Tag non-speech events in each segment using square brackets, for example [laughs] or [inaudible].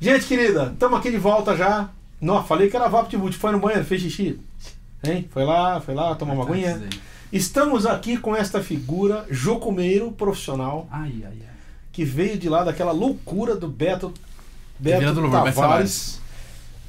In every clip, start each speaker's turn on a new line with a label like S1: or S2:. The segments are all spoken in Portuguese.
S1: Gente querida, estamos aqui de volta já. Não, falei que era Vapt foi no banheiro, fez xixi. Hein? Foi lá, foi lá, tomar
S2: Tá,
S1: uma aguinha. Estamos aqui com esta figura, jocumeiro profissional,
S2: Ai, ai, ai.
S1: que veio de lá daquela loucura do Beto,
S2: Vila
S1: Beto
S2: do Louvor, Beto
S1: Tavares,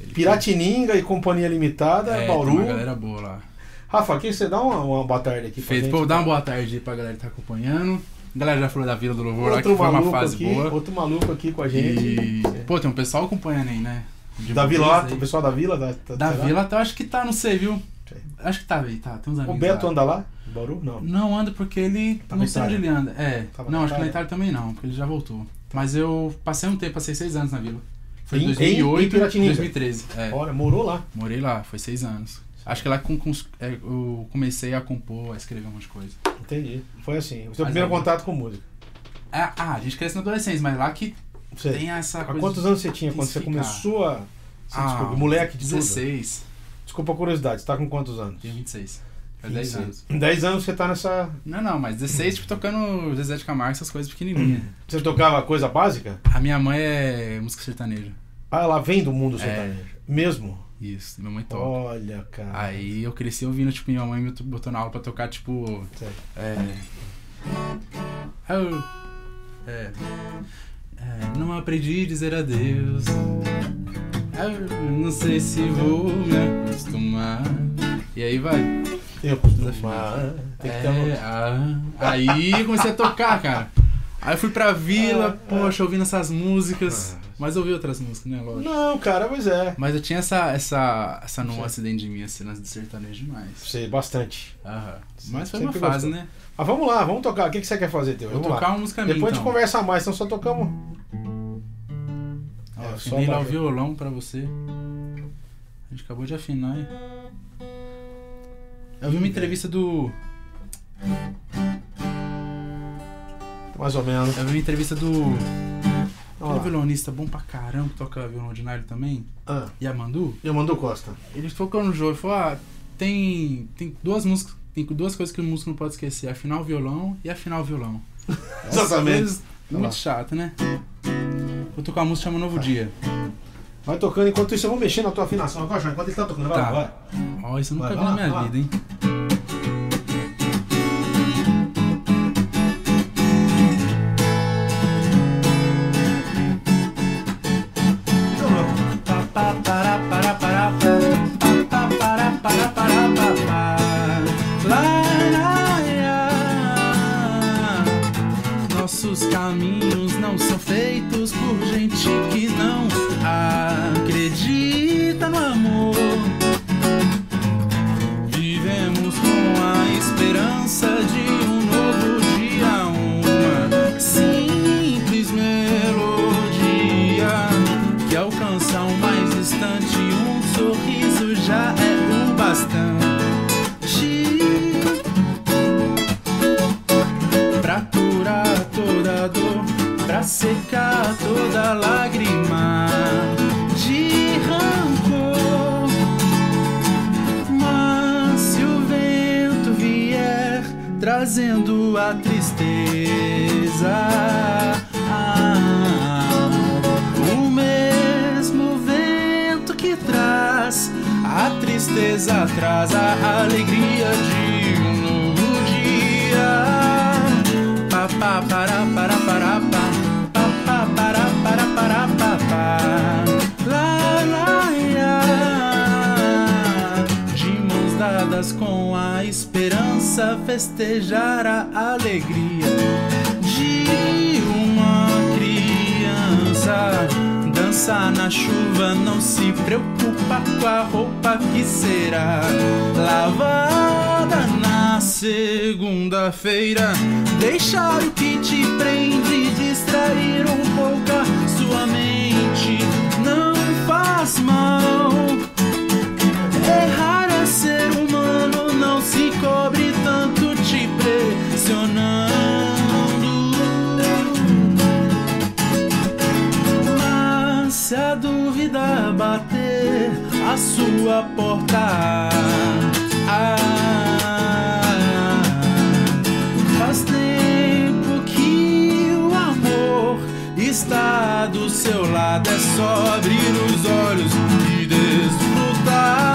S2: Ele
S1: Piratininga e Companhia Limitada,
S2: é,
S1: Bauru.
S2: Tem uma galera boa lá.
S1: Rafa, aqui você dá uma, uma boa tarde aqui pra
S2: Feito.
S1: gente. né?
S2: Pô, dá uma boa tarde aí pra galera que tá acompanhando. A galera já falou da Vila do Louvor lá,
S1: Outro
S2: que foi uma
S1: maluco
S2: fase
S1: aqui,
S2: boa.
S1: outro maluco aqui com a gente.
S2: E, pô, tem um pessoal acompanhando aí, né? De
S1: Da
S2: vocês
S1: Vila,
S2: aí.
S1: o um pessoal da Vila? Da, da-
S2: Da
S1: será?
S2: Vila, tá, acho que tá, não sei, viu?
S1: Sei.
S2: Acho que tá aí, tá. Tem uns
S1: O
S2: amigos
S1: Beto
S2: lá.
S1: anda lá? Bauru? Não.
S2: Não anda porque ele
S1: Tá na
S2: não sei onde ele
S1: Itália.
S2: anda. É,
S1: Tava
S2: não,
S1: na
S2: acho que na
S1: Itália. Tá.
S2: Itália também não, porque ele já voltou. Mas eu passei um tempo, passei seis anos na Vila. Foi
S1: Em-
S2: em 2008
S1: em Piratininga.
S2: 2013. É.
S1: Olha, morou lá.
S2: Morei lá, foi seis anos. Acho que lá com, com, é, eu comecei a compor, a escrever umas coisas.
S1: Entendi. Foi assim. O seu
S2: Mas
S1: primeiro
S2: aí-
S1: contato com música.
S2: Ah, ah, a gente cresce na adolescência, mas lá que
S1: Você,
S2: tem essa
S1: há
S2: coisa.
S1: quantos anos você tinha quando você
S2: intensificar.
S1: começou a. Você,
S2: Ah,
S1: desculpa, moleque de 16.
S2: 16.
S1: Desculpa a curiosidade, você tá com quantos anos?
S2: Tenho 26. Faz 10
S1: 16.
S2: anos.
S1: Em 10 anos você tá nessa.
S2: Não, não, mas 16, tipo, tocando Zezé de Camargo, essas coisas pequenininhas.
S1: Você tocava coisa básica?
S2: A minha mãe é música sertaneja.
S1: Ah, ela vem do mundo
S2: É.
S1: sertanejo. Mesmo?
S2: Isso, minha mãe toca.
S1: Olha, cara.
S2: Aí eu cresci ouvindo, tipo, minha mãe me to- botou na aula pra tocar, tipo.
S1: Certo.
S2: É. Eu, é, é. Não aprendi a dizer adeus. Eu não sei se vou me acostumar. E aí vai.
S1: Eu costumo. Tem que ter
S2: É,
S1: uma...
S2: ah, aí comecei a tocar, cara. Aí fui pra vila, poxa, ouvindo essas músicas. Mas ouvi outras músicas, né? Lógico.
S1: Não, cara, pois é.
S2: Mas eu tinha essa, essa, essa nuance dentro de mim, esse lance de sertanejo demais.
S1: Sei bastante.
S2: Aham. Mas foi
S1: Sempre
S2: uma fase,
S1: gostou.
S2: né?
S1: Mas vamos lá, vamos tocar. O que que você quer fazer, Teu?
S2: Vou
S1: Vamos lá.
S2: tocar uma música minha.
S1: Depois a gente
S2: então.
S1: conversa mais, então só tocamos.
S2: Ó,
S1: É, só
S2: afinei lá o
S1: baixo.
S2: violão pra você. A gente acabou de afinar, hein? Eu vi uma entrevista do.
S1: Mais ou menos.
S2: Eu vi uma entrevista do.
S1: Vamos
S2: Aquele
S1: lá.
S2: violonista bom pra caramba que toca violão ordinário também,
S1: Ah,
S2: Yamandu.
S1: eu mando Costa.
S2: Ele focou no jogo e falou: ah, tem, tem duas músicas. Tem duas coisas que o músico não pode esquecer: afinar o violão e afinar o violão. Essas
S1: Exatamente.
S2: coisas
S1: Olha lá.
S2: Muito chato, né? Vou tocar uma música chama Novo Dia.
S1: Vai tocando, enquanto isso eu vou mexer na tua afinação agora, João. Enquanto ele tá tocando, vai
S2: Tá.
S1: lá, vai.
S2: Ó, isso eu nunca
S1: Vai,
S2: vi
S1: vai lá,
S2: na minha
S1: vai lá.
S2: vida, hein?
S1: Não, não.
S2: Nossos caminhos não são feitos por gente que não acredita no amor. Vivemos com a esperança de um novo dia, uma simples melodia que alcança o mais distante. Um sorriso já é o bastante pra curar toda dor, pra secar toda lágrima de rancor. Mas se o vento vier trazendo a tristeza, ah, o mesmo vento que traz a tristeza, traz a alegria de um novo dia. Pa, pa, para, para, para, pa. Pa, pa, para, para, para, pa, pa. Lá, lá, iá. De mãos dadas com a esperança, festejar a alegria de uma criança. Dançar na chuva, não se preocupa com a roupa que será lavada na segunda-feira. Deixar o que te prende, distrair um pouco a sua mente. Não faz mal. Errar é ser humano, não se cobre tanto te pressionando. Mas se a dúvida bater a sua porta, ah, faz tempo que o amor está do seu seu lado é só abrir os olhos e desfrutar.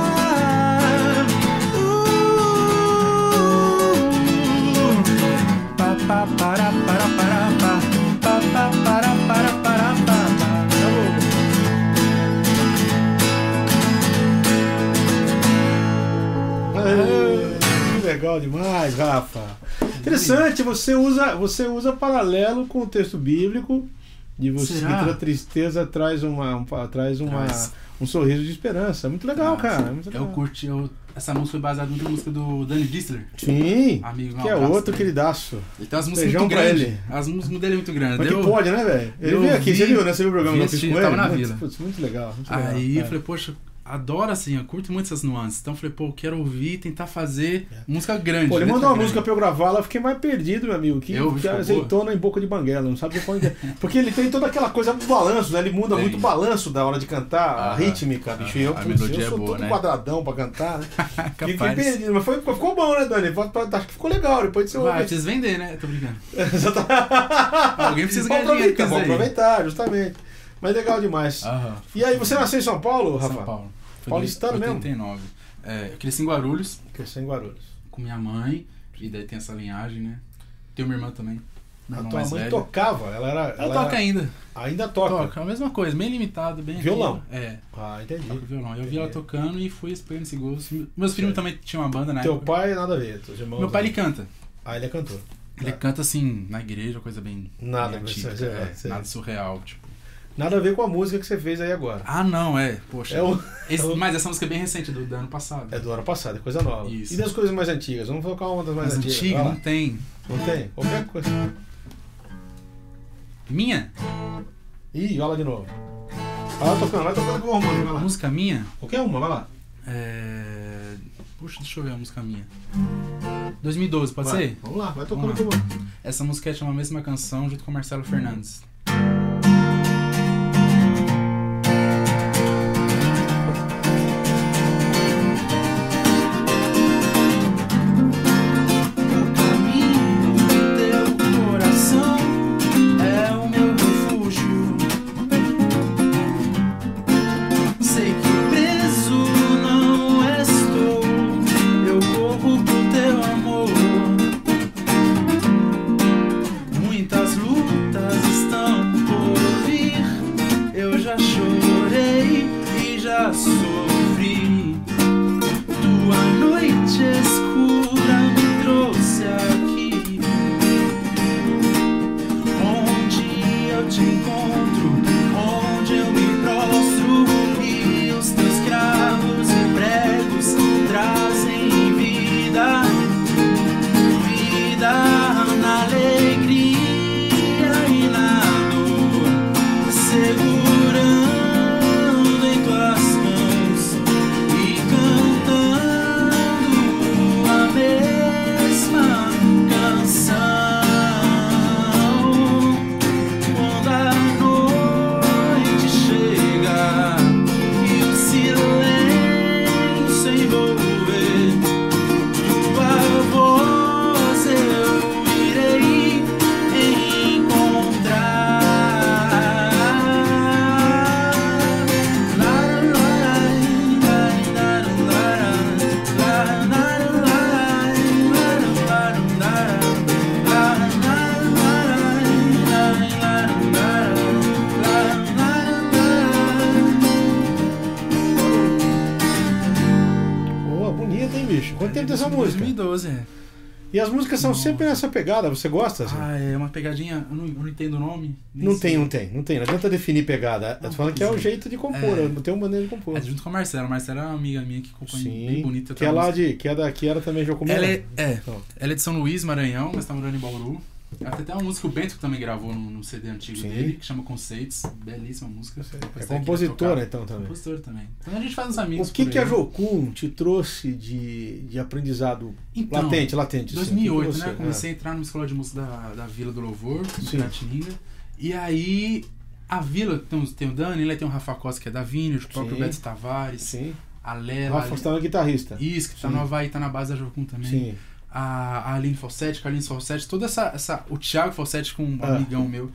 S2: Ah, uh, pa, pa, para, para, para, pa, pa, pa, para, para, para, pa, pa. Alô.
S1: Ah, que legal demais, Rafa. Interessante, você usa, você usa paralelo com o texto bíblico de você que
S2: Será?
S1: toda tristeza traz uma, um, traz uma
S2: Traz. Ah,
S1: um sorriso de esperança. Muito legal, cara. muito
S2: Eu
S1: legal.
S2: curti, eu- essa música foi baseada na música do Danny Distler.
S1: Sim.
S2: Amigo, um
S1: que é
S2: abraço
S1: outro
S2: também.
S1: queridaço.
S2: Ele tem umas músicas
S1: Beijão
S2: muito
S1: pra
S2: grandes.
S1: ele.
S2: As músicas dele é muito grande.
S1: Mas que pode, né, velho? Ele
S2: eu
S1: veio aqui,
S2: vi-
S1: você viu, né? Você viu o programa
S2: vi
S1: que eu fiz
S2: esse-
S1: com ele?
S2: tava na
S1: muito,
S2: vila.
S1: putz, muito legal. muito legal,
S2: Aí eu
S1: cara. É.
S2: falei, poxa, adoro assim, eu curto muito essas nuances. Então eu falei, pô, eu quero ouvir, tentar fazer
S1: É.
S2: música grande.
S1: Pô, ele
S2: letra
S1: mandou uma
S2: grande.
S1: música
S2: [laughs]
S1: pra eu gravar, ela eu fiquei mais perdido, meu amigo. Que,
S2: Eu vi,
S1: que
S2: ficou
S1: azeitona em boca de banguela, não sabe de quando é. Porque ele tem toda aquela coisa do balanço, né? Ele muda
S2: Tem.
S1: muito o balanço da hora de cantar, a
S2: Aham.
S1: rítmica, bicho. E eu,
S2: A
S1: putz,
S2: melodia
S1: eu
S2: é
S1: sou
S2: boa,
S1: todo
S2: né?
S1: quadradão pra cantar,
S2: [laughs]
S1: né? Fiquei
S2: Capaz.
S1: perdido, mas foi, ficou bom, né, Dani? Acho que ficou legal, depois você
S2: Vai,
S1: ouve. [laughs]
S2: precisa vender, né? Tô brincando.
S1: Exatamente.
S2: Ah, Alguém precisa
S1: Vamos
S2: ganhar dinheiro tá com
S1: aproveitar,
S2: isso
S1: vamos
S2: aí.
S1: aproveitar, justamente. Mas legal demais.
S2: Aham.
S1: E aí, você nasceu em São Paulo, Rafa?
S2: São Paulo. Foi
S1: Paulistano
S2: em
S1: mesmo?
S2: 89. É, eu cresci em Guarulhos
S1: Cresceu em Guarulhos.
S2: com minha mãe. E daí tem essa linhagem, né? Tem uma irmã também.
S1: A
S2: Minha irmã
S1: Ah, tua
S2: mais
S1: mãe
S2: velha.
S1: tocava, ela era.
S2: é
S1: era-
S2: Ela toca ainda.
S1: ainda toca.
S2: Toca, é a mesma coisa, bem limitado, bem.
S1: Violão. É.
S2: aquilo. É,
S1: Ah, entendi.
S2: toca violão. Eu vi ela
S1: Entendi.
S2: tocando e fui espelhando esse gosto. Meus filhos também tinham uma banda na
S1: É. Teu
S2: época.
S1: pai, nada a ver. Teus irmãos,
S2: Meu pai ele canta.
S1: Ah, ele é cantor.
S2: Ele
S1: Tá.
S2: canta assim, na igreja, coisa bem.
S1: Nada,
S2: bem
S1: mas
S2: atípica,
S1: você-
S2: é,
S1: você-
S2: nada surreal, tipo.
S1: Nada a ver com a música que você fez aí agora.
S2: Ah, não, é. Poxa.
S1: É, o...
S2: Esse-
S1: é o-
S2: Mas essa música é bem recente, do, do ano passado.
S1: é do ano passado, é coisa nova.
S2: Isso. né?
S1: E das coisas mais antigas? Vamos colocar uma das mais
S2: Mas
S1: antigas.
S2: antiga,
S1: vai lá.
S2: não tem.
S1: Não
S2: É.
S1: tem? Qualquer coisa.
S2: Minha?
S1: Ih, olha lá de novo. Vai lá tocando, vai tocando com o hormônio, vai
S2: A
S1: lá.
S2: música minha?
S1: Qualquer uma, vai lá.
S2: É. Puxa, deixa eu ver a música minha. 2012, pode
S1: Vai.
S2: ser?
S1: Vamos lá, vai tocando
S2: Vamos
S1: com o
S2: lá.
S1: hormônio.
S2: Essa música chama a mesma canção junto com o Marcelo Fernandes. O caminho do teu coração é o meu refúgio. Sei que preso não estou, eu corro pro teu amor. Muitas lutas estão por vir. Eu já chorei e já sofri. Tua noite escura me trouxe aqui. Onde eu te encontro, onde eu me prostro. E os teus cravos e pregos trazem vida vida na alegria e na dor, segurando em tuas mãos e cantando a mesma canção. Quando a noite chega e o silêncio envolver. Tua voz eu irei encontrar.
S1: Boa, bonita, hein, bicho? Quanto tempo tem essa música?
S2: 2012, é.
S1: E as músicas são sempre nessa pegada, você gosta? assim?
S2: Ah, é uma pegadinha, eu não, eu não entendo o nome. nem
S1: Não
S2: sei.
S1: tem, não tem, não tem. Não adianta definir pegada. Eu tô falando que é o jeito de compor,
S2: É.
S1: não tem uma maneira de compor.
S2: É, junto com a Marcela. A Marcela é uma amiga minha que compõe bem
S1: Sim.
S2: bonita.
S1: que
S2: tá
S1: é lá
S2: música.
S1: de. Que é daqui era também Jocumã.
S2: Ela é, é,
S1: Então.
S2: ela é de São Luís, Maranhão, mas tá morando em Bauru. Ela tem até uma música que o Bento também gravou num, num CD antigo
S1: Sim.
S2: dele, que chama Conceitos. Belíssima música.
S1: É
S2: Depois tem que
S1: compositora,
S2: tocar.
S1: então, também.
S2: Compositor também. Então a gente faz uns amigos.
S1: O que,
S2: por
S1: que é
S2: aí.
S1: a Jocum te trouxe de, de aprendizado
S2: Então,
S1: latente, latente? assim, o que que
S2: 2008,
S1: você-
S2: né? Eu comecei
S1: é.
S2: a entrar numa escola de música da, da Vila do Louvor,
S1: Sim.
S2: em Piratininga. E aí, a Vila tem, os- tem o Dani, né? tem o Rafa Costa, que é da Vini, o próprio
S1: Sim.
S2: Beto Tavares,
S1: Sim.
S2: a Lela.
S1: Rafa
S2: a-
S1: Stano é guitarrista.
S2: Isso, que tá
S1: Sim.
S2: no Havaí, tá na base da Jocum também.
S1: Sim.
S2: a, a Aline Falsetti, Carlinhos Falsetti, toda essa, essa. O Thiago Falsetti com um
S1: Ah.
S2: amigão meu.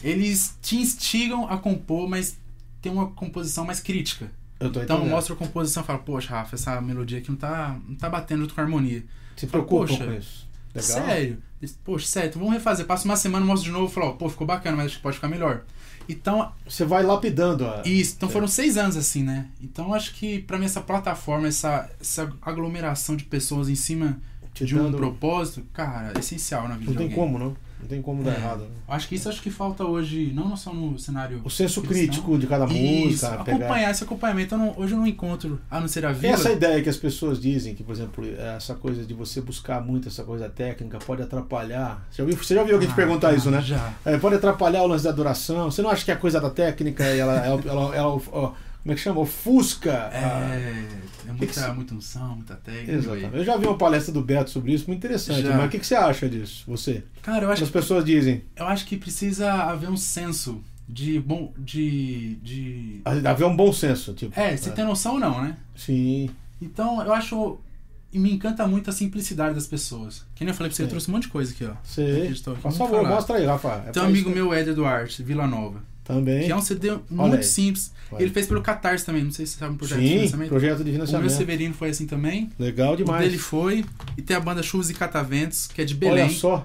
S2: Eles te instigam a compor, mas tem uma composição mais crítica.
S1: Eu tô
S2: Então
S1: entendendo.
S2: mostra a composição e fala, poxa, Rafa, essa melodia aqui não tá, não tá batendo junto com a harmonia.
S1: Se preocupam
S2: Poxa,
S1: com isso. Legal.
S2: Sério? Eles, Poxa, sério, então vamos refazer. Passa uma semana, mostra de novo e fala, ó, pô, ficou bacana, mas acho que pode ficar melhor. Então,
S1: Você vai lapidando a.
S2: isso, então foram seis anos assim, né? Então acho que pra mim essa plataforma, essa, essa aglomeração de pessoas em cima
S1: te
S2: de um
S1: dando...
S2: propósito, cara, é essencial na vida
S1: Não
S2: de
S1: tem
S2: alguém.
S1: como, não. Não tem como dar
S2: É.
S1: errado. né?
S2: Acho que isso acho que falta hoje, não só no cenário.
S1: O senso
S2: cristão.
S1: crítico de cada
S2: Isso,
S1: música. Pegar...
S2: acompanhar esse acompanhamento. Eu não- hoje eu não encontro, a não ser a
S1: Tem
S2: vila.
S1: essa ideia que as pessoas dizem que, por exemplo, essa coisa de você buscar muito essa coisa técnica pode atrapalhar. Você já ouviu, você já ouviu alguém te
S2: Ah,
S1: perguntar isso, né?
S2: Já.
S1: É, pode atrapalhar o lance da adoração. Você não acha que a coisa da técnica ela, ela, ela- ela, ó, como é que chama? Ofusca. a-
S2: É, é muita, muita unção, muita técnica.
S1: Exatamente. Eu já vi uma palestra do Beto sobre isso, muito interessante.
S2: Já.
S1: Mas o que, que você acha disso? Você?
S2: Cara, eu acho
S1: As pessoas dizem,
S2: Eu acho que precisa haver um senso de bom. de. de...
S1: haver um bom senso, tipo.
S2: É, você tem noção ou não, né?
S1: Sim.
S2: Então eu acho. E me encanta muito a simplicidade das pessoas. Que nem eu falei pra você, eu
S1: Sim.
S2: trouxe um monte de coisa aqui, ó.
S1: Você.
S2: Acreditou aqui,
S1: Por
S2: vamos
S1: favor,
S2: falar.
S1: mostra aí, Rafa. É
S2: Tem um
S1: pra
S2: amigo
S1: isso
S2: meu, Ed Duarte, Vila Nova.
S1: Também.
S2: Que é um CD muito
S1: aí.
S2: simples.
S1: Olha.
S2: Ele fez pelo Catarse também, não sei se você sabe o projeto de
S1: Sim,
S2: financiamento.
S1: projeto de
S2: O meu
S1: financiamento.
S2: Severino foi assim também.
S1: Legal
S2: O dele
S1: demais.
S2: foi. E tem a banda Chuvas e Cataventos, que é de
S1: Olha
S2: Belém.
S1: só.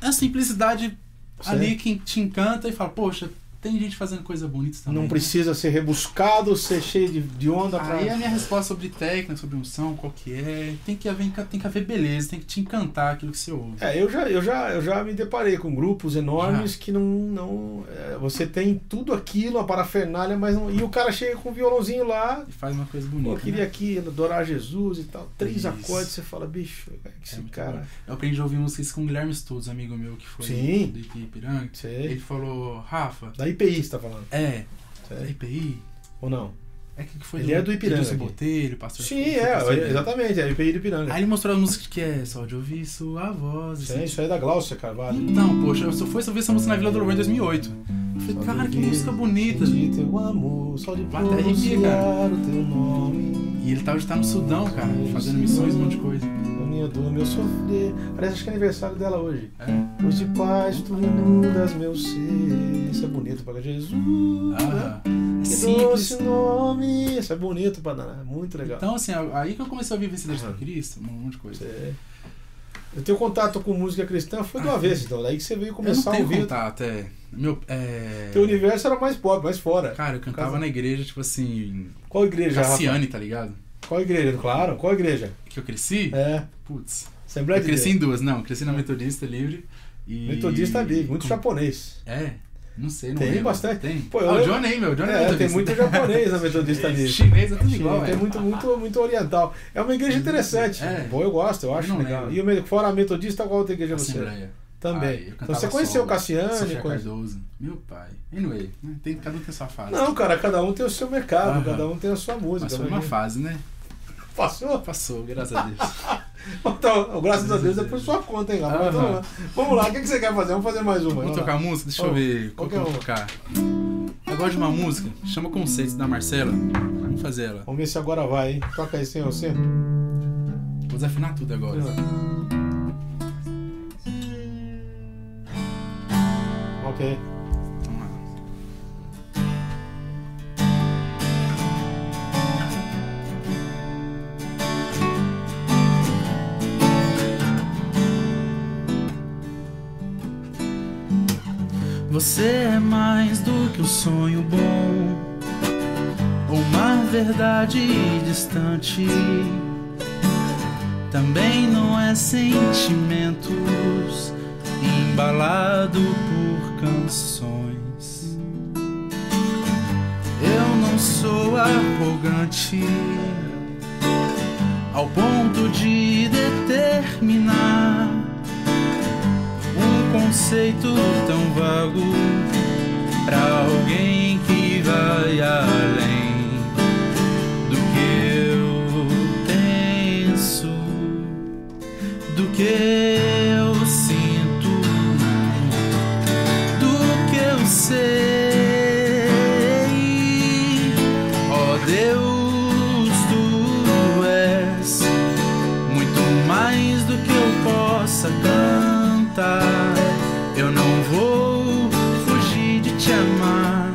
S2: É a simplicidade
S1: Sim.
S2: ali que te encanta e fala, poxa, tem gente fazendo coisa bonita também.
S1: Não
S2: né?
S1: precisa ser rebuscado, ser cheio de, de onda pra.
S2: Aí a minha resposta sobre técnica, sobre unção, qual que é, tem que haver, tem que haver beleza, tem que te encantar aquilo que você ouve.
S1: É, eu já, eu, já, eu já me deparei com grupos enormes que não. não é, você tem tudo aquilo, a parafernália, mas não. E o cara chega com o violãozinho lá,
S2: E faz uma coisa
S1: pô,
S2: bonita.
S1: eu queria
S2: né?
S1: aqui adorar Jesus e tal. Três
S2: Isso.
S1: acordes, você fala, bicho, é que
S2: É
S1: esse
S2: muito
S1: cara.
S2: bom. Eu aprendi a ouvir músicas com o Guilherme Studos, amigo meu que foi
S1: Sim.
S2: do IPI Piranga. Ele
S1: Sei.
S2: falou, Rafa,
S1: Da IPI você tá falando,
S2: é, da
S1: sei.
S2: IPI?
S1: ou não?
S2: É que que foi
S1: Ele é do Ipiranga
S2: Edilson
S1: aqui.
S2: Botelho, pastor.
S1: Sim,
S2: foi
S1: é,
S2: pastor dele.
S1: exatamente, é a IPI do Piranga.
S2: Aí ele mostrou a música que é só de ouvir sua voz. e
S1: Isso aí-
S2: sentir
S1: isso aí é da Glaucia Carvalho.
S2: Então, poxa, eu só fui ouvir essa música na Vila do Louvor em 2008. Eu falei, cara, que música bonita.
S1: De teu é amor, só de
S2: Vai até arrepia, cara.
S1: pronunciar o teu nome.
S2: E ele tava de estar no Sudão, cara, fazendo missões, um monte de coisa.
S1: Minha dor, meu sofrer. Aliás, acho que é aniversário dela hoje.
S2: É.
S1: Luz de paz, tu inundas meu ser. Isso é bonito pra Jesus. né?
S2: Ah, é
S1: Que
S2: simples.
S1: doce nome. Isso é bonito pra danar. Muito legal.
S2: Então, assim, aí que eu comecei a ouvir Vencedores do
S1: Aham.
S2: Cristo, um monte de coisa.
S1: É. Eu tenho contato com música cristã foi do
S2: Ah,
S1: avesso, então. Daí que você veio
S2: Eu não
S1: começar a
S2: tenho
S1: ouvir.
S2: contato, é. Meu, é...
S1: Teu universo era mais pobre, mais fora.
S2: Cara, eu cantava
S1: Casa-
S2: na igreja, tipo assim,
S1: Qual igreja, Rafa?
S2: Cassiane, tá ligado?
S1: Qual igreja? Claro, qual igreja?
S2: Que eu cresci,
S1: É.
S2: putz.
S1: Assembleia
S2: Eu
S1: de
S2: cresci
S1: Deus.
S2: em duas, não, cresci na Metodista Livre e...
S1: Metodista é livre, muito
S2: Com-
S1: japonês.
S2: É, não sei, não
S1: Tem
S2: lembro.
S1: bastante.
S2: Tem.
S1: Pô,
S2: Pô,
S1: eu
S2: o
S1: lembro-
S2: Johnny, meu, o Johnny é
S1: É, tem
S2: metodista.
S1: muito
S2: [laughs]
S1: japonês na Metodista livre.
S2: Chinês é tudo igual,
S1: tem
S2: é.
S1: muito, muito, muito oriental. É uma igreja interessante.
S2: É.
S1: Bom, eu gosto, eu acho
S2: Eu não
S1: legal.
S2: lembro.
S1: E o me- fora a metodista, qual outra igreja você? é?
S2: Assembleia.
S1: Também.
S2: Aí, eu
S1: então
S2: cantava
S1: você conheceu o
S2: solo. né?
S1: Cassiane?
S2: Sofia
S1: Conhece...
S2: Cardoso. Meu pai. Anyway, né? tem, cada um tem sua fase.
S1: Não, cara, cada um tem o seu mercado,
S2: Aham.
S1: cada um tem a sua música.
S2: Mas foi uma
S1: Mas-
S2: fase, né?
S1: Passou? [laughs]
S2: Passou, graças a Deus.
S1: Então, graças a Deus é por sua conta, hein, Rafa? Então,
S2: Aham.
S1: Vamos lá, o que que você quer fazer? Vamos fazer mais uma.
S2: Vamos
S1: Vamos lá.
S2: tocar música? Deixa
S1: Ô,
S2: eu ver qual que eu vou tocar. Eu gosto de uma música, chama Conceitos da Marcela. Vamos fazer ela.
S1: Vamos ver se agora vai, hein? Toca aí sem você.
S2: Vou desafinar tudo agora.
S1: Ok.
S2: Vamos lá. Você é mais do que um sonho bom ou uma verdade distante. Também não é sentimentos embalado por canções. Eu não sou arrogante ao ponto de determinar um conceito tão vago pra alguém que vai além do que eu penso, do que eu sinto, do que eu sei. Ó Deus, tu és muito mais do que amar.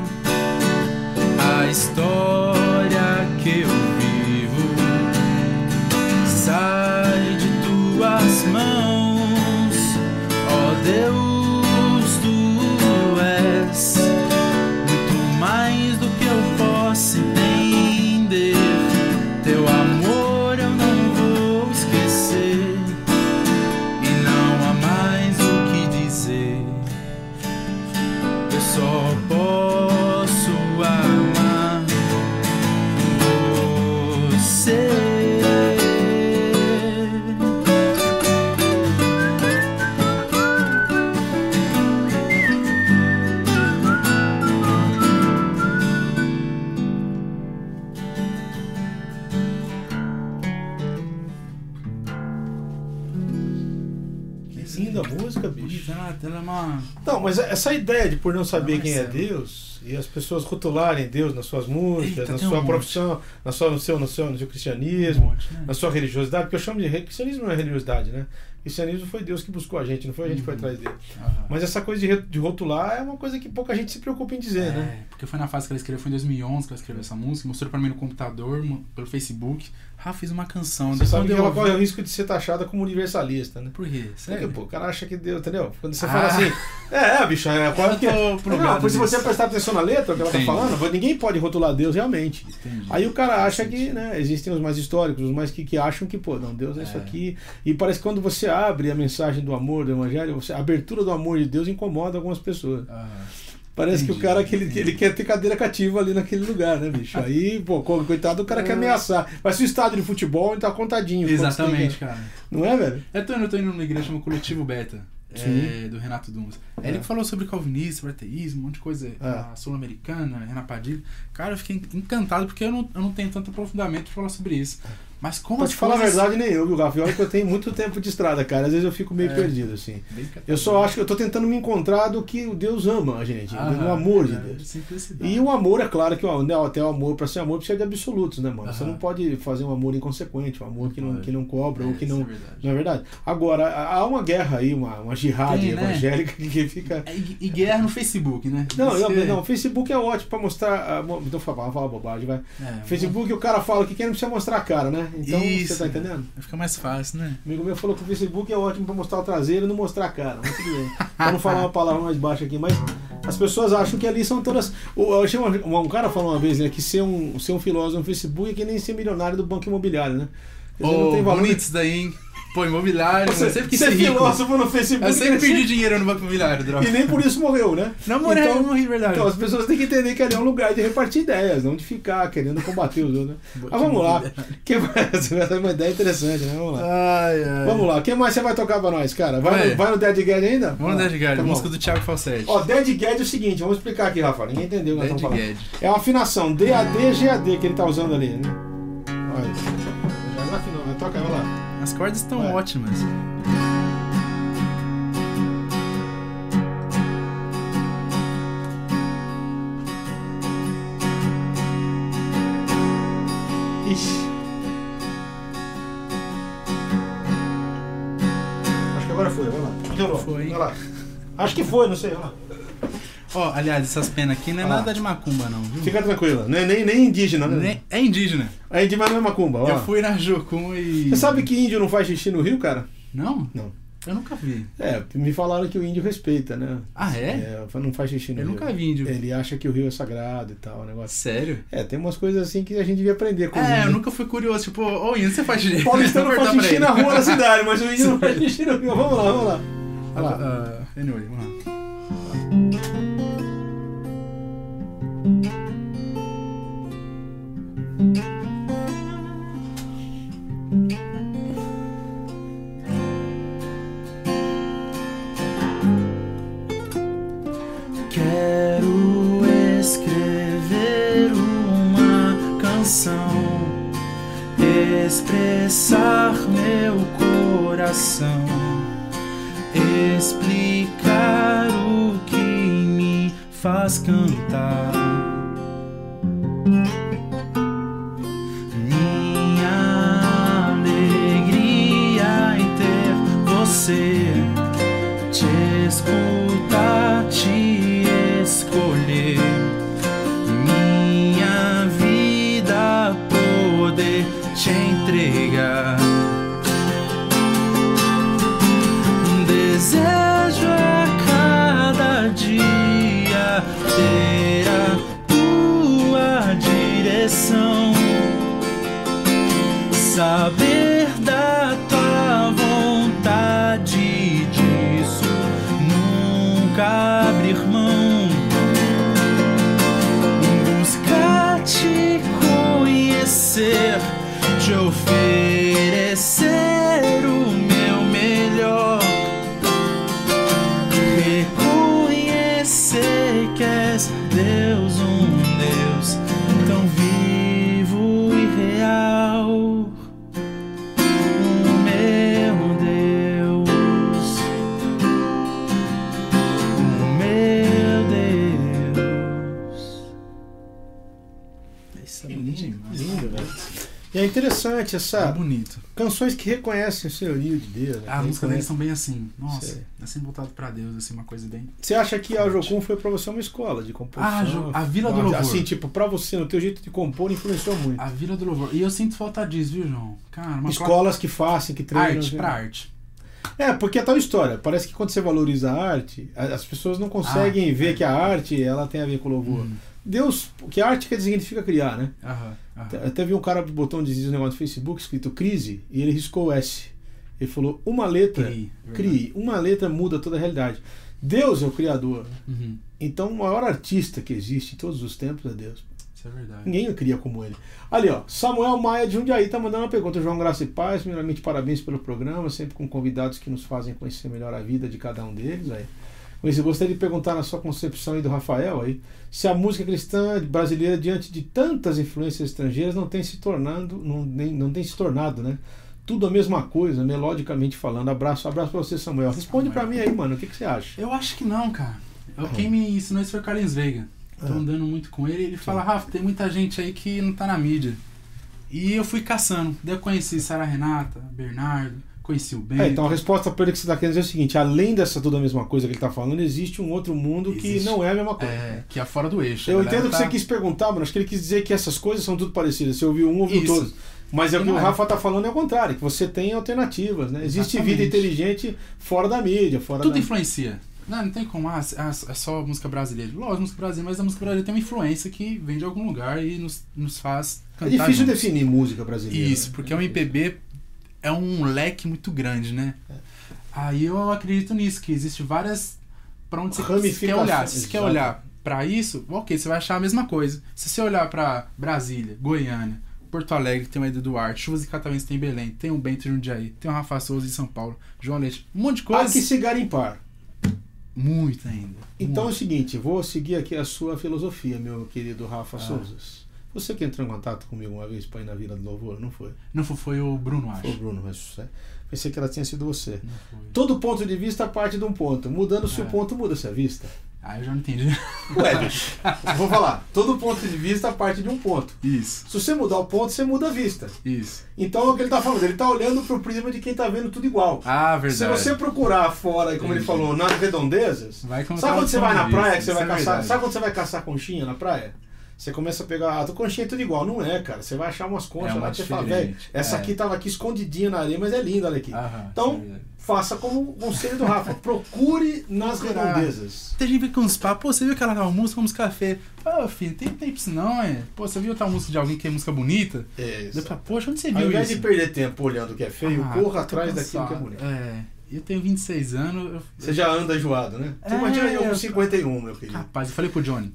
S2: A história que eu vivo sai de tuas mãos, ó Deus, tu és muito mais do que eu posso entender. Teu amor eu não vou esquecer, e não há mais o que dizer. Eu só posso amar você.
S1: Que linda música, bicho.
S2: Exato, ela é uma.
S1: Então, mas essa ideia de por não saber
S2: Não,
S1: quem é
S2: Marcelo.
S1: Deus e as pessoas rotularem Deus nas suas músicas,
S2: Eita,
S1: na
S2: tem um
S1: sua
S2: monte.
S1: profissão, na sua, no, seu, no, seu, no seu
S2: Um
S1: cristianismo,
S2: monte, né?
S1: na sua religiosidade, porque eu chamo de re- cristianismo não é religiosidade, né? Cristianismo foi Deus que buscou a gente, não foi a gente que foi
S2: Uhum.
S1: atrás dele.
S2: Aham.
S1: Mas essa coisa de, re- de rotular é uma coisa que pouca gente se preocupa em dizer, né?
S2: É, porque foi na fase que ela escreveu, foi em 2011 que ela escreveu essa música, mostrou pra mim no computador, mo- pelo Facebook. Ah, fiz uma canção.
S1: Você sabe
S2: Quando
S1: que
S2: eu
S1: ela
S2: ouvi-
S1: corre o risco de ser taxada como universalista, né?
S2: Por quê?
S1: Porque,
S2: Sério?
S1: pô, o cara acha que Deus, entendeu? Quando você
S2: Ah.
S1: fala assim, é, é bicho,
S2: [laughs]
S1: é quase que.
S2: tô
S1: Não,
S2: plugado
S1: pois se você
S2: nisso.
S1: prestar atenção na letra que ela tá
S2: Entendi.
S1: falando, ninguém pode rotular Deus realmente.
S2: Entendi.
S1: Aí o cara acha que, né, existem os mais históricos, os mais que, que acham que, pô, não, Deus é, isso
S2: É.
S1: aqui. E parece que quando você abre a mensagem do amor do evangelho, você- a abertura do amor de Deus incomoda algumas pessoas.
S2: Ah,
S1: Parece que o
S2: Entendi,
S1: cara que ele,
S2: entendi.
S1: ele quer ter cadeira cativa ali naquele lugar, né, bicho? Aí, pô, co- coitado, o cara
S2: É.
S1: quer ameaçar. Mas se o estádio de futebol, ele tá contadinho.
S2: exatamente, cara.
S1: Não é, velho?
S2: Eu tô indo, eu tô indo numa igreja chamada Coletivo Beta.
S1: Sim.
S2: é, do Renato Dumas.
S1: É.
S2: Aí Ele falou sobre calvinismo, sobre ateísmo, um monte de coisa
S1: É.
S2: a sul-americana, Renan Padilha. Cara, eu fiquei encantado porque eu não, eu não tenho tanto aprofundamento pra falar sobre isso. Mas como
S1: É. Pra
S2: assim? as
S1: te falar a
S2: coisas-
S1: verdade, nem eu, viu, Rafa? E Olha que eu tenho muito tempo de estrada, cara. Às vezes eu fico meio
S2: É.
S1: perdido, assim.
S2: Bem catado.
S1: Eu só acho que eu tô tentando me encontrar do que o Deus ama a gente,
S2: Ah,
S1: do amor de
S2: é,
S1: Deus.
S2: Simplicidade.
S1: E o amor, é claro que ó, né, até o amor, para ser amor, precisa de absolutos, né, mano? Você
S2: Aham.
S1: não pode fazer um amor inconsequente, um amor que não,
S2: pode.
S1: que não cobra ou
S2: É,
S1: que
S2: isso
S1: não.
S2: é verdade.
S1: não é verdade? Agora, há uma guerra aí, uma, uma jihad
S2: Tem, né?
S1: evangélica que fica.
S2: É, E, e guerra no Facebook, né?
S1: Não, eu,
S2: Você-
S1: não, o Facebook é ótimo pra mostrar. ah, mo- Então, fala, fala bobagem, vai.
S2: É,
S1: Facebook, o cara fala o que quer, não precisa mostrar a cara, né? Então,
S2: Isso.
S1: você tá entendendo?
S2: Fica mais fácil, né?
S1: Um amigo meu falou que o Facebook é ótimo pra mostrar o traseiro e não mostrar a cara. Mas tudo bem. Pra não falar uma palavra mais baixa aqui, mas as pessoas acham que ali são todas. o- Eu achei uma- uma- um cara falou uma vez, né, que ser um, ser um filósofo no Facebook é que nem ser milionário do banco imobiliário, né? Quer dizer,
S2: Ô,
S1: nenhum.
S2: bonito isso daí, hein? Pô, imobiliário,
S1: né? Você,
S2: eu sempre quis
S1: ser
S2: ser rico.
S1: filósofo no Facebook.
S2: Eu sempre
S1: quer dizer-
S2: perdi dinheiro no banco imobiliário, droga.
S1: E nem por isso morreu, né?
S2: Não morreu,
S1: Então-
S2: eu morri, verdade.
S1: Então as pessoas têm que entender que ali é um lugar de repartir ideias, não de ficar querendo combater os outros, né?
S2: Banco
S1: Mas vamos
S2: [laughs]
S1: lá.
S2: imobiliário.
S1: Que [laughs] mais? Essa é uma ideia interessante, né? Vamos lá.
S2: Ai, ai.
S1: Vamos lá, quem mais você vai tocar pra nós, cara? Vai,
S2: Vai.
S1: no, vai no Dead Guy ainda?
S2: Vamos no
S1: Ah,
S2: Dead Guard,
S1: tá bom.
S2: música do Thiago Falsetti.
S1: Ó, Dead Guy é o seguinte, vamos explicar aqui, Rafa. Ninguém entendeu o que nós
S2: Dead
S1: estamos falando.
S2: Guard.
S1: É uma afinação DAD, GAD que ele tá usando ali, né? Olha. Já não afinou, né? Toca, vai lá.
S2: As cordas estão
S1: Vai.
S2: ótimas.
S1: Ixi. Acho que agora foi, vai lá. Melhorou.
S2: Foi.
S1: Vai lá. Acho que foi, não sei, vai lá.
S2: Ó, aliás, essas penas aqui não é
S1: Ah.
S2: nada de macumba, não, viu?
S1: Fica tranquila, é nem, nem, nem indígena, né?
S2: Nem- É indígena.
S1: A indígena não é macumba, ó.
S2: Eu fui na Jocum e.
S1: Você sabe que índio não faz xixi no rio, cara?
S2: Não?
S1: Não.
S2: Eu nunca vi.
S1: É, me falaram que o índio respeita, né?
S2: Ah, é?
S1: É, não faz xixi no
S2: Eu
S1: rio.
S2: nunca vi índio.
S1: Ele acha que o rio é sagrado e tal, o negócio.
S2: Sério?
S1: É, tem umas coisas assim que a gente devia aprender com
S2: É,
S1: o
S2: eu
S1: índio.
S2: nunca fui curioso. Tipo, ô Ian, [laughs] você faz direito.
S1: Paulistano
S2: Vou
S1: faz
S2: perguntar
S1: xixi
S2: pra
S1: na
S2: ele.
S1: rua né? da cidade, mas o índio não
S2: [laughs]
S1: faz xixi no rio. Vamos lá, vamos lá. Vai lá.
S2: Ah, ah, anyway, vamos lá. Quero escrever uma canção expressar meu coração, explicar o que me faz cantar. Minha alegria em ter você, te escutar, te escutar. escolher minha vida, poder te entregar. Um Desejo a cada dia ter a tua direção, saber da tua vontade disso, nunca abrir mão, buscar te conhecer, te oferecer o meu melhor reconhecer que és Deus, um Deus tão vivo e real. O meu Deus, o meu Deus. Isso é bonito demais.
S1: Lindo, velho. E é interessante
S2: É
S1: essa.
S2: bonito.
S1: Canções que reconhecem o senhorio de Deus. né?
S2: A música
S1: Reconhecem-
S2: deles são bem assim. Nossa,
S1: Sei.
S2: é sempre voltado pra Deus, assim, uma coisa bem.
S1: Você acha que a Jocum foi pra você uma escola de composição?
S2: Ah, Jo- a Vila do Louvor. Ah,
S1: Assim, tipo, pra você, no teu jeito de compor, influenciou muito.
S2: A Vila do Louvor. E eu sinto falta disso, viu, João? Cara, uma placa-
S1: Escolas que façam, que treinam.
S2: Arte,
S1: que-
S2: pra arte.
S1: É, porque é tal história. Parece que quando você valoriza a arte, a- as pessoas não conseguem
S2: Ah,
S1: ver
S2: é.
S1: que a arte ela tem a ver com o louvor.
S2: Hum. Ah.
S1: Deus, porque a arte quer dizer significa criar, né?
S2: Aham, aham.
S1: Te- Até vi um cara botou um desvio, um negócio no Facebook escrito crise e ele riscou o S. Ele falou uma letra, crie.
S2: Crie.
S1: Uma letra muda toda a realidade. Deus é o criador.
S2: Uhum.
S1: Então o maior artista que existe em todos os tempos é Deus.
S2: Isso é verdade.
S1: Ninguém cria como ele. Ali, ó, Samuel Maia de Jundiaí tá mandando uma pergunta. João Graça e Paz, primeiramente parabéns pelo programa, sempre com convidados que nos fazem conhecer melhor a vida de cada um deles. Aí. Mas eu gostaria de perguntar na sua concepção aí do Rafael aí, se a música cristã brasileira, diante de tantas influências estrangeiras, não tem se tornando, não, nem- não tem se tornado, né? Tudo a mesma coisa, melodicamente falando. Abraço, abraço pra você, Samuel. Responde pra mim aí, mano. O que, que você acha?
S2: Eu acho que não, cara. Eu, quem me ensinou isso foi o Carlinhos Veiga. Tô
S1: Ah.
S2: andando muito com ele.
S1: Tá.
S2: Ele fala, Rafa, tem muita gente aí que não tá na mídia. E eu fui caçando. Daí eu conheci Sara Renata, Bernardo, conheci o Ben.
S1: É, então a resposta para ele que você está querendo dizer é o seguinte: além dessa toda a mesma coisa que ele está falando, existe um outro mundo que
S2: Existe.
S1: não é a mesma coisa.
S2: É, que é fora do eixo.
S1: Eu
S2: A galera
S1: entendo o que
S2: tá-
S1: você quis perguntar, mano. Acho que ele quis dizer que essas coisas são tudo parecidas. Você ouviu um, ouviu
S2: Isso.
S1: todos. Mas é o
S2: E
S1: que o
S2: não é.
S1: Rafa está falando é o contrário, que você tem alternativas, né? Existe
S2: Exatamente.
S1: vida inteligente fora da mídia, fora né?
S2: Tudo
S1: da.
S2: é influencia. Não, não tem como, ah, ah, é só música brasileira. Lógico, música brasileira, mas a música brasileira tem uma influência que vem de algum lugar e nos, nos faz
S1: É
S2: cantar.
S1: difícil
S2: junto.
S1: definir música brasileira.
S2: Isso,
S1: né?
S2: porque o MPB é um leque muito grande, né?
S1: É.
S2: Aí eu acredito nisso, que existe várias. Pra onde você quer
S1: Ramificações,
S2: olhar. Se você quer
S1: exato.
S2: olhar pra isso, ok, você vai achar a mesma coisa. Se você olhar pra Brasília, Goiânia, Porto Alegre, que tem o Edu Duarte, Chuvas e Catavento tem Belém, tem o Bento de Jundiaí, tem o Rafa Souza em São Paulo, João Leite, um monte de
S1: Há
S2: coisa.
S1: que se garimpar.
S2: Muito ainda.
S1: Então é o
S2: muito.
S1: seguinte, vou seguir aqui a sua filosofia, meu querido
S2: Ah.
S1: Rafa Souzas. Você que entrou em contato comigo uma vez para ir na Vila do Louvor, não foi?
S2: Não foi, foi o Bruno, acho.
S1: Foi o Bruno, mas é, pensei que ela tinha sido você.
S2: Não foi.
S1: Todo ponto de vista parte de um ponto. Mudando se o
S2: É.
S1: ponto muda-se a
S2: [laughs]
S1: vista.
S2: Ah, eu já não entendi.
S1: Ué, bicho. Vou falar. Todo ponto de vista parte de um ponto.
S2: Isso,
S1: Se você mudar o ponto, você muda a vista.
S2: isso.
S1: Então é o que ele tá falando. Ele tá olhando pro prisma de quem tá vendo tudo igual.
S2: Ah, verdade.
S1: Se você procurar fora, como ele
S2: Entendi.
S1: falou, nas redondezas,
S2: Vai encontrar
S1: sabe quando
S2: o
S1: você vai na
S2: ponto de
S1: praia que
S2: vista,
S1: você vai
S2: isso é
S1: caçar?
S2: verdade.
S1: Sabe quando você vai caçar conchinha na praia? Você começa a pegar, ah, a conchinha é tudo igual. Não é, cara. Você vai achar umas conchas
S2: É uma
S1: lá que você fala,
S2: diferente.
S1: velho, essa
S2: É.
S1: aqui tava aqui escondidinha na areia, mas é linda, olha aqui.
S2: Aham,
S1: Então,
S2: isso é verdade.
S1: faça como o conselho do Rafa. Procure nas
S2: Procurar.
S1: redondezas.
S2: Tem gente que vem com uns papos, pô, você viu aquela tal música, música feia. Pô, filho, tem tempo isso não, é? Pô, você viu tal música de alguém que é música bonita?
S1: É
S2: Eu falei, poxa, onde você
S1: Ao
S2: viu
S1: invés
S2: isso?
S1: de perder tempo olhando o que é feio,
S2: Ah,
S1: corra
S2: tô
S1: atrás daquilo que é
S2: cansado.
S1: bonito.
S2: É, eu tenho 26 anos, eu...
S1: Você já anda enjoado, né? Você
S2: É,
S1: imagina eu com
S2: eu-
S1: 51, meu querido.
S2: Rapaz, eu falei pro Johnny.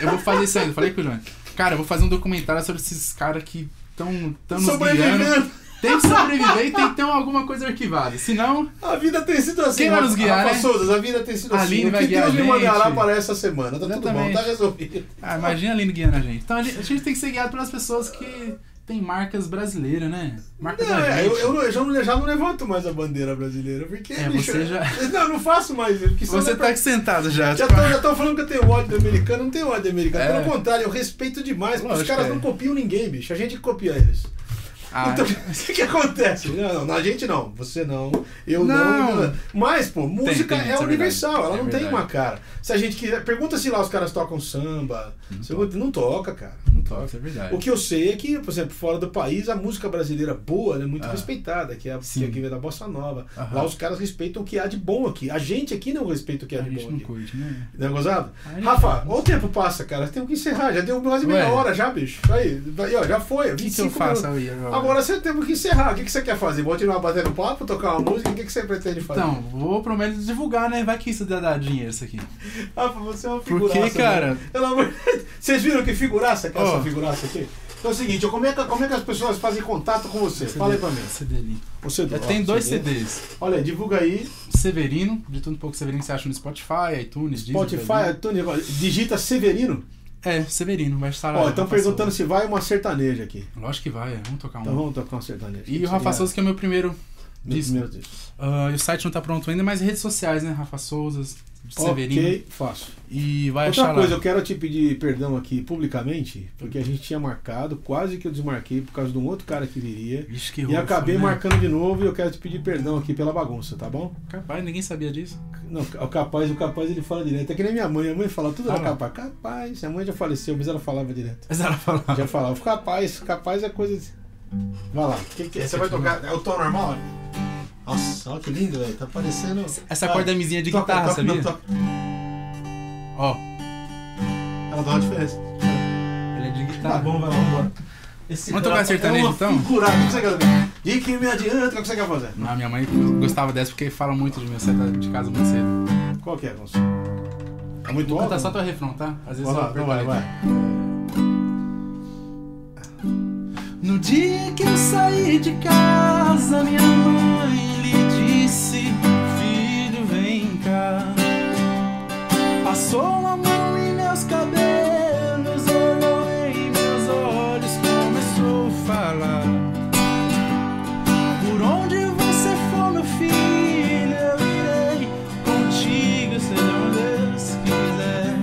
S2: Eu vou fazer isso ainda, eu falei pro Johnny. Cara, eu vou fazer um documentário sobre esses caras que estão tão nos guiando.
S1: Sobrevivendo!
S2: Tem que sobreviver e tem que ter alguma coisa arquivada. Senão,
S1: A vida tem sido assim.
S2: Quem vai nos
S1: Rafa-
S2: guiar,
S1: Rafa
S2: né?
S1: Souzas, a vida tem sido
S2: A
S1: assim.
S2: Aline
S1: O
S2: vai
S1: que
S2: guiar
S1: Deus me
S2: a
S1: mandará
S2: gente.
S1: para essa semana. Tá tudo bom,
S2: Exatamente.
S1: tá resolvido.
S2: ah, imagina a Aline guiando a gente. Então a gente a gente tem que ser guiado pelas pessoas que tem marcas brasileiras, né? Marcas
S1: Não,
S2: da
S1: é,
S2: gente.
S1: eu, eu não- eu já, não, já não levanto mais a bandeira brasileira. Porque,
S2: É,
S1: bicho,
S2: você já-
S1: [laughs] Não, eu não faço mais. Porque senão
S2: Você
S1: eu-
S2: tá aqui sentado já.
S1: Já
S2: tipo,
S1: estão falando que eu tenho ódio do americano, eu não tenho ódio do americano.
S2: É.
S1: Pelo contrário, eu respeito demais, porque os
S2: Lógico,
S1: caras
S2: é.
S1: não copiam ninguém, bicho. A gente que copia eles.
S2: Ah,
S1: então, [laughs] o que acontece? Não, não, a gente não, você não, eu
S2: Não.
S1: não. Mas, pô, música
S2: tem, isso é
S1: é
S2: verdade.
S1: universal, ela
S2: É
S1: não tem
S2: verdade.
S1: uma cara. Se a gente quiser. Pergunta se lá os caras tocam samba. Se- Não, toca, cara. Não toca.
S2: Isso é verdade.
S1: O que eu sei é que, por exemplo, fora do país, a música brasileira boa ela é muito
S2: Ah.
S1: respeitada, que é a que
S2: Sim.
S1: é que vem da bossa nova.
S2: Aham.
S1: Lá os caras respeitam o que há de bom aqui. A gente aqui não respeita o que há
S2: a
S1: de
S2: gente
S1: bom
S2: não
S1: aqui.
S2: curte, né?
S1: Não é gozado?
S2: A gente-
S1: Rafa, olha o tempo passa, cara. Temos que encerrar. Já deu quase meia
S2: Ué.
S1: hora já, bicho. Aí, aí ó, já foi.
S2: O que, que eu
S1: 25
S2: faço
S1: minutos.
S2: aí agora?
S1: Agora você temos que encerrar. O que, que você quer fazer? Continuar batendo papo, tocar uma música? O que, que você pretende fazer?
S2: Então, vou pelo menos divulgar, né? Vai que isso dá, dá dinheiro isso aqui.
S1: Rafa, você é uma
S2: Por
S1: figuraça.
S2: que, cara?
S1: né? Pelo amor de Deus. Vocês viram que figuraça que é
S2: Ó.
S1: essa figuraça aqui? Então é o seguinte, ó, como é, que, como é que as pessoas fazem contato com você? Fala aí pra mim.
S2: CD ali.
S1: O CD,
S2: Eu
S1: ó,
S2: tenho dois
S1: CD.
S2: CDs.
S1: Olha aí, divulga aí.
S2: Severino, de tudo um pouco Severino que você acha no Spotify, iTunes, Deezer,
S1: Spotify, Tony, digita Severino.
S2: É, Severino, vai estar
S1: Ó,
S2: lá,
S1: estão
S2: Rafa
S1: perguntando se vai uma sertaneja aqui.
S2: Souza. Lógico que vai, é, vamos tocar um.
S1: Então vamos né? tocar uma sertaneja.
S2: e o Rafa
S1: Seria-
S2: Souza, que é o meu primeiro
S1: Meu
S2: disco.
S1: primeiro disco.
S2: Ah, e o site não tá pronto ainda, mas redes sociais, né? Rafa Souza, Severino.
S1: Ok, faço.
S2: E vai
S1: Outra
S2: achar
S1: coisa,
S2: lá.
S1: eu quero te pedir perdão aqui publicamente, porque a gente tinha marcado, quase que eu desmarquei por causa de um outro cara que viria.
S2: Vixe, que
S1: E
S2: roufa,
S1: acabei
S2: né?
S1: marcando de novo e eu quero te pedir perdão aqui pela bagunça, tá bom?
S2: Capaz, ninguém sabia disso.
S1: Não, o capaz, o capaz ele fala direto. É que nem minha mãe, a mãe fala tudo
S2: Ah,
S1: era
S2: não.
S1: capaz. Capaz, a mãe já faleceu, mas ela falava direto.
S2: Mas ela falava.
S1: Já falava, capaz, capaz é coisa. de- Vai lá. Que que é? Você vai tocar. É o tom normal? né? Nossa, olha que lindo, velho. Tá parecendo.
S2: Essa corda
S1: é
S2: mizinha de guitarra,
S1: toca,
S2: sabia?
S1: não, toca.
S2: Ó,
S1: Ela dá uma diferença.
S2: ele é de guitarra.
S1: Tá bom, vai lá, vambora. Esse
S2: Vamos tocar
S1: cara
S2: sertanejo,
S1: é uma
S2: então?
S1: Figurada, o que você quer fazer? De que me adianta, o que você quer fazer?
S2: Ah, minha mãe gostava dessa porque fala muito de mim, você tá de casa muito cedo.
S1: Qual que é, Afonso? É muito
S2: Vou
S1: alto?
S2: cantar só teu refrão, tá? Às vezes
S1: Vai
S2: só
S1: lá, então vai,
S2: apertar
S1: vai.
S2: aqui. No dia que eu saí de casa, minha mãe lhe disse: Filho, vem cá. Passou a mão em meus cabelos, olhou em meus olhos, começou a falar. Por onde você for, meu filho, eu irei contigo, seja onde Deus quiser.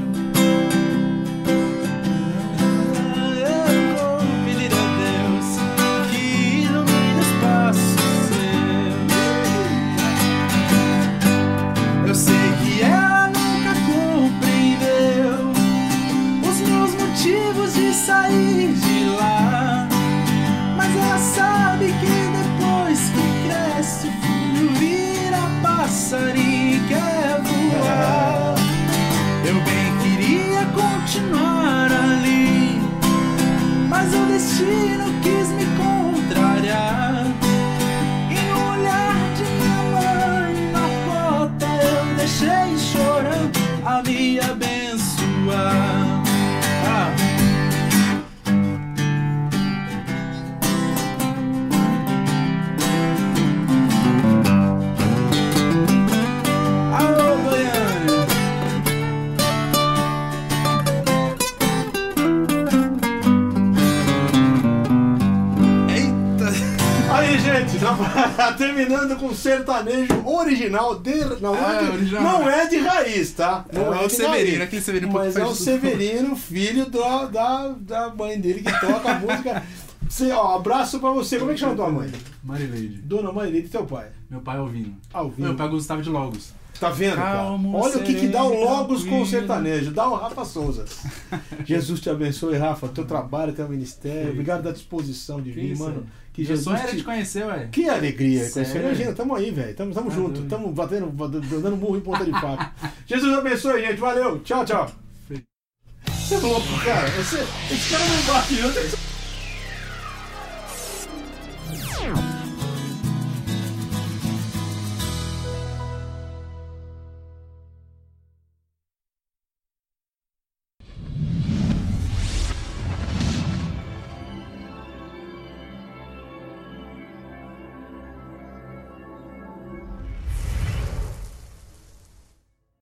S2: Eu vou pedir a Deus que ilumine os passos seus. Eu sei que ela nunca compreendeu os meus motivos de sair de lá. Mas ela sabe que depois que cresce, o filho vira passarinho e quer voar. Eu bem queria continuar ali, mas o destino quis me contrariar. E no olhar de minha mãe na porta eu deixei chorando a me abençoar. Ah. Alô, Goiânia! Eita!
S1: Aí, gente, [laughs] tá terminando com sertanejo original de. Não,
S2: Ah,
S1: é, de-
S2: original.
S1: não é de raiz, tá? Não
S2: É o
S1: de
S2: Severino,
S1: raiz.
S2: aquele Severino que
S1: Mas é
S2: faz
S1: o
S2: tudo.
S1: Severino, filho da, da, da mãe dele, que toca a
S2: [laughs]
S1: música. Você, ó, abraço pra você. Como é que chama tua mãe?
S2: Marileide,
S1: Dona mãe dele e teu pai.
S2: meu pai ouvindo.
S1: Alvino.
S2: Meu pai gostava de Logos.
S1: Tá vendo, cara?
S2: Calmo,
S1: Olha o que, que dá o
S2: sereno,
S1: Logos com o
S2: tranquilo.
S1: sertanejo. Dá o Rafa Souza. [laughs] Jesus te abençoe, Rafa. Teu trabalho, teu ministério. Obrigado da disposição de vir,
S2: isso,
S1: mano. Que
S2: Eu
S1: Jesus
S2: só era
S1: te...
S2: de conhecer, ué.
S1: Que alegria.
S2: Sério?
S1: conhecer. Imagina, tamo aí, velho. Tamo, tamo
S2: Tá
S1: junto.
S2: doido.
S1: Tamo batendo, batendo- dando burro em ponta de
S2: [laughs]
S1: faca. Jesus abençoe, gente. Valeu. Tchau, tchau.
S2: Fui.
S1: Você é louco, cara. Você... Esse cara não bate. Eu tenho-